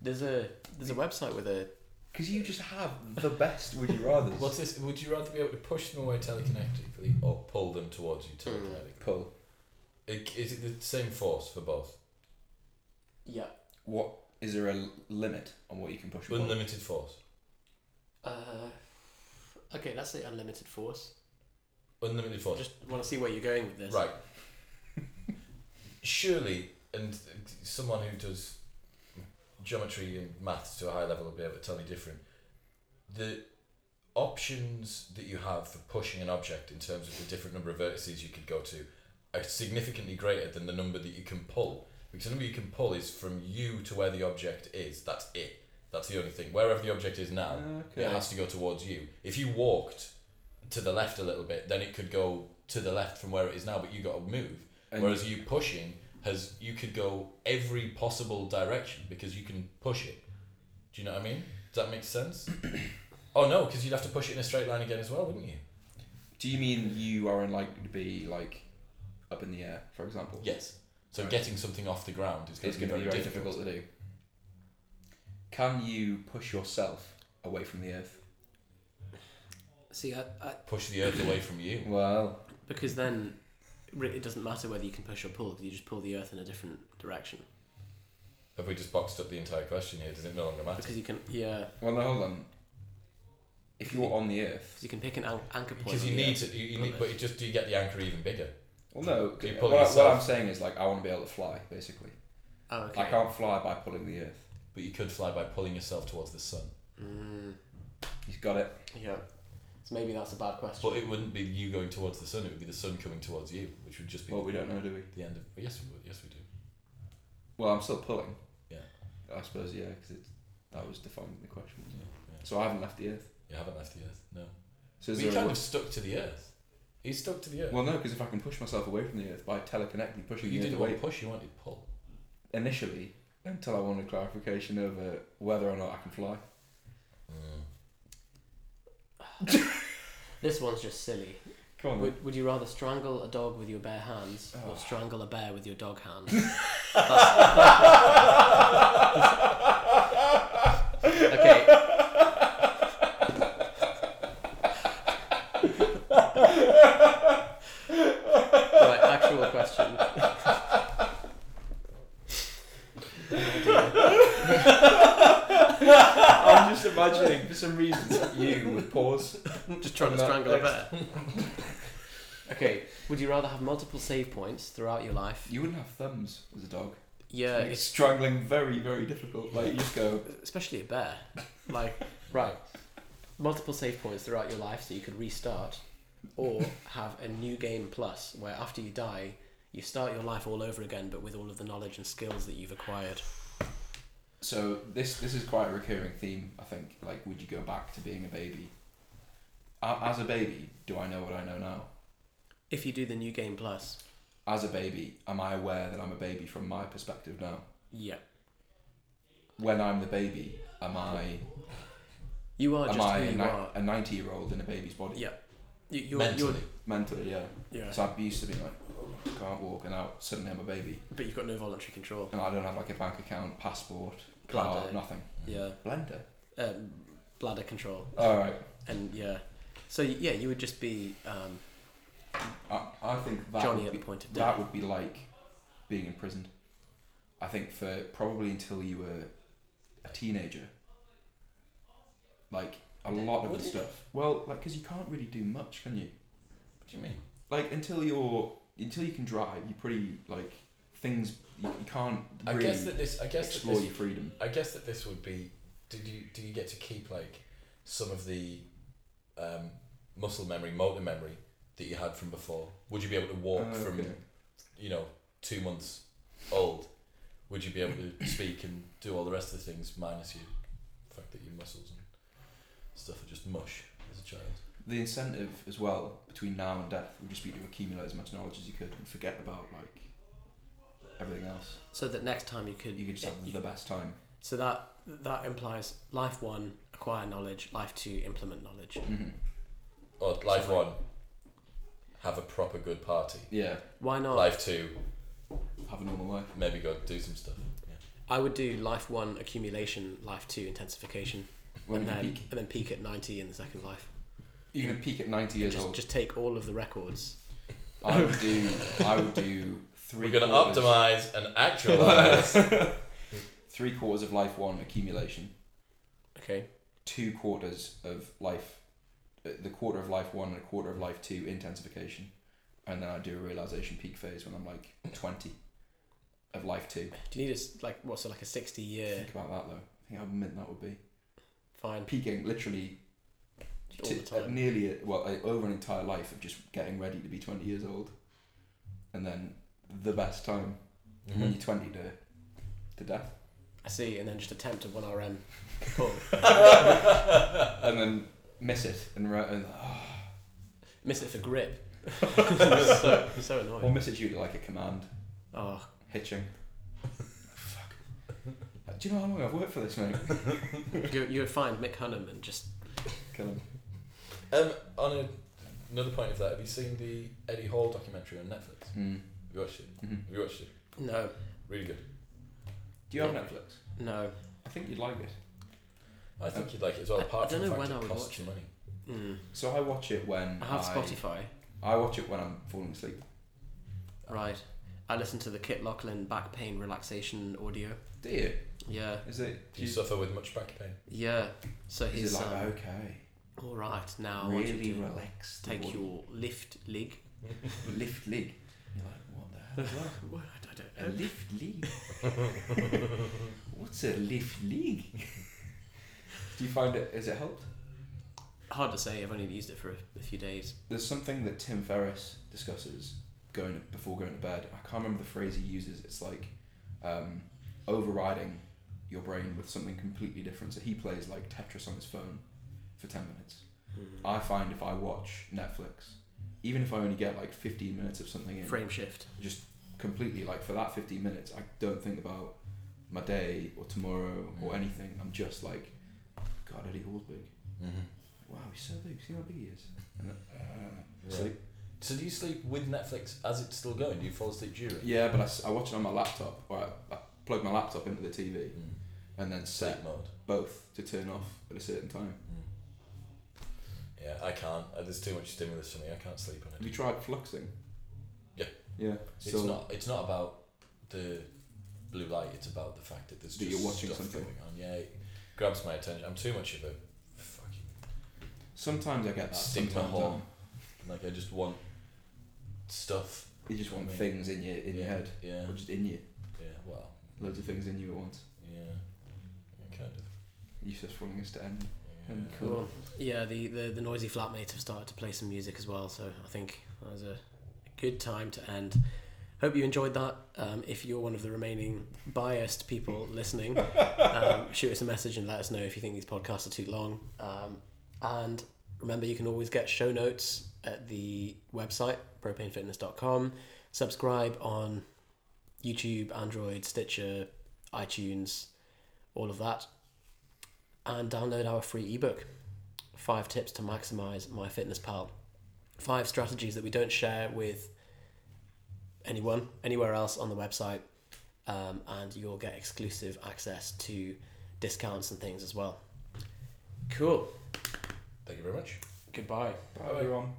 There's a there's a website with a
Because you just have the best would you rather.
What's this? Would you rather be able to push them away telekinetically or pull them towards you telekinetically?
pull?
It, is it the same force for both?
yeah.
What is there a l- limit on what you can push? and pull?
Unlimited force.
Uh, okay, let's say unlimited force.
Unlimited
I
force.
just want to see where you're going with this.
right. Surely, and someone who does geometry and maths to a high level will be able to tell me different. The options that you have for pushing an object in terms of the different number of vertices you could go to are significantly greater than the number that you can pull. Because the number you can pull is from you to where the object is. That's it. That's the only thing. Wherever the object is now, it
Ah, Okay.
has to go towards you. If you walked to the left a little bit, then it could go to the left from where it is now, but you got to move.
And-
Whereas you pushing has you could go every possible direction because you can push it. Do Do you know what I mean? Does that make sense? oh no, because you'd have to push it in a straight line again as well, wouldn't you?
Do you mean you are unlikely to be like up in the air, for example?
Yes. So
Right.
getting something off the ground is going
It's
to be
going
very,
to be very
difficult.
difficult to do. Can you push yourself away from the earth?
See, I, I,
Push the earth away from you.
Well,
because then re- it doesn't matter whether you can push or pull because you just pull the earth in a different direction
Have we just boxed up the entire question here? Does it no longer matter?
because you can yeah
well, now hold on. If you're on the earth,
because you can pick an an- anchor point
Because
on
you
the
need
earth.
to, you, you need, but it just do you get the anchor even bigger?
well, no.
You
what-
pull
what,
yourself.
I'm saying is like I want to be able to fly, basically.
oh okay
I can't fly by pulling the earth.
But you could fly by pulling yourself towards the sun.
mm,
He's got it.
yeah so maybe that's a bad question
But it wouldn't be you going towards the sun. It would be the sun coming towards you, which would just be
Well, we don't know, do we?
the end of. Yes, we would. Yes, we do.
Well, I'm still pulling.
Yeah.
I suppose yeah, because that was defining the question. wasn't
Yeah,
it?
yeah.
So I haven't left the earth.
You haven't left the earth. No.
So is
We
there a
kind
way-
of stuck to the earth. He's stuck to the earth.
Well, no, because if I can push myself away from the earth by teleconnecting, pushing
you
the
didn't
earth
want
away
to push. You wanted to pull.
initially until I wanted clarification over whether or not I can fly. Mm.
this one's just silly
Come on, then.
would, would you rather strangle a dog with your bare hands or strangle a bear with your dog hands okay right actual question
I'm just imagining for some reason you would pause.
just trying to
No,
strangle a
thanks.
bear
Okay,
Would you rather have multiple save points throughout your life?
you wouldn't have thumbs as a dog.
Yeah,
it's
Uh, it's
strangling very, very difficult. Like you just go.
especially a bear. Like, right, multiple save points throughout your life so you could restart, or have a new game plus where after you die, you start your life all over again but with all of the knowledge and skills that you've acquired.
So this this is quite a recurring theme. I think. Like, would you go back to being a baby? A- As a baby, do I know what I know now?
If you do the new game plus,
As a baby, am I aware that I'm a baby from my perspective now?
yeah,
When I'm the baby, am I
you are
am
just
I
who
a,
you
ni-
are.
a ninety year old in a baby's body?
Yeah, you, you're,
Mentally.
Mentally, yeah.
you're yeah,
So I'd be used to being like, I can't walk, and now suddenly I'm a baby,
but you've got no voluntary control.
and I don't have like a bank account, passport, car,
Blender.
nothing.
Yeah,
Blender.
um, bladder control,
All right.
and yeah, so yeah, you would just be um,
I, I think that
Johnny
would
at
be,
the point of death.
that would be like being imprisoned. I think for probably until you were a teenager. Like a lot of
Would
the
it?
stuff. Well, like because you can't really do much, can you?
What do you mean?
Like until you're until you can drive, you pretty like things you, you can't
I
really
guess that this. I guess that
explore
this
your freedom.
I guess that this would be. Did you do you get to keep like some of the um, muscle memory, motor memory that you had from before? Would you be able to walk
Uh,
from
okay.
you know two months old? Would you be able to speak and do all the rest of the things minus you? The fact that your muscles and stuff are just mush as a child.
the incentive as well between now and death would just be to accumulate as much knowledge as you could and forget about like everything else.
so that next time you could e-
You could just have
you-
the best time.
So that that implies life one, acquire knowledge. Life two, implement knowledge.
hmm
Or life one, have a proper good party.
Yeah,
Why not?
Life two,
have a normal life.
maybe go do some stuff. Yeah.
I would do life one accumulation, life two intensification,
When
and
you
then
peak,
and then peak at ninety in the second life.
you're gonna peak at ninety years
Just
old.
just take all of the records.
I would do. I would do 3
We're gonna
quarters,
optimize and actualize.
three quarters of life one accumulation,
Okay.
two quarters of life, uh, the quarter of life one and a quarter of life two intensification, and then I do a realization peak phase when I'm like twenty, of life two.
Do you need a s like what's so like a sixty year?
Think about that though. I think how mint that would be.
Fine.
Peaking literally
All
to-
the
at
time.
nearly a, well a, over an entire life of just getting ready to be twenty years old, and then the best time
Mm-hmm.
Mm-hmm.
when you're twenty to to death,
I see, and then just attempt a one RM pull.
and then miss it and, ra- and
Miss it for grip. so, so Oh,
or
annoying.
miss it due to like a command
Oh,
hitching. Uh, Do you know how long I've worked for this, mate?
You you would find Mick Hunnam and just
Kill him.
Um, on a, another point of that, have you seen the Eddie Hall documentary on Netflix?
Hmm,
Have
Mm.
you watched it?
Mhm.
Have you watched it?
no,
Really good.
Do you have Netflix?
no.
I think you'd like it.
I think you'd like it as well.
I-
Apart
I don't
from the
know
fact
when I
it
would
costs
watch
you
it.
money.
Mm.
So I watch it when
I have Spotify,
I watch it when I'm falling asleep.
right? I listen to the Kit Lachlan back pain relaxation audio.
Do you?
Yeah,
Is it?
Do you suffer with much back pain?
yeah. So
Is
he's
it like
um,
okay?
all right now. I want you
really
to
relaxed.
Take
What-
your lift leg.
lift leg. You're like, what the hell? is
What? I don't
that? a lift leg? What's a lift leg? Do you find it? Has it helped?
Hard to say. I've only used it for a, a few days.
There's something that Tim Ferriss discusses going before going to bed. I can't remember the phrase he uses. It's like um, overriding your brain with something completely different. So he plays like Tetris on his phone for ten minutes. I find if I watch Netflix, even if I only get like 15 minutes of something in,
Frame shift.
just completely like for that 15 minutes, I don't think about my day or tomorrow or anything. I'm just like, God, Eddie Hall's big.
Mm-hmm.
Wow, he's so big. See how big he is. And, uh,
Right.
sleep.
So do you sleep with Netflix as it's still going? Do you fall asleep during?
Yeah, but I s- I, watch it on my laptop or I, I plug my laptop into the TV
Mm.
and then
Sleep
set
mode.
both to turn off at a certain time.
Yeah, I can't. Uh, There's too much stimulus for me. I can't sleep on it.
Have you tried fluxing?
Yeah.
Yeah.
It's not. It's not about the blue light. It's about the fact that there's
That
just
you're watching
stuff
something.
going on. Yeah, it grabs my attention. I'm too much of a fucking
Sometimes I get that.
Stigma
Sometimes
hole.
I'm-
like. I just want stuff.
You just want
I mean,
things in your in
yeah,
your head,
Yeah.
or just in you.
Yeah. Well.
Loads of things in you at once.
Yeah. yeah kind of.
You just wanting us to end.
Yeah.
And cool.
Cool. Mm. Yeah, the, the, the noisy flatmates have started to play some music as well, so I think that was a good time to end. Hope you enjoyed that. Um, if you're one of the remaining biased people listening, um, shoot us a message and let us know if you think these podcasts are too long. Um, and remember, you can always get show notes at the website, propanefitness.com. Subscribe on YouTube, Android, Stitcher, iTunes, all of that. And download our free ebook five tips to maximize my fitness pal five strategies that we don't share with anyone anywhere else on the website um, and you'll get exclusive access to discounts and things as well cool
Thank you very much.
goodbye
Bye, everyone.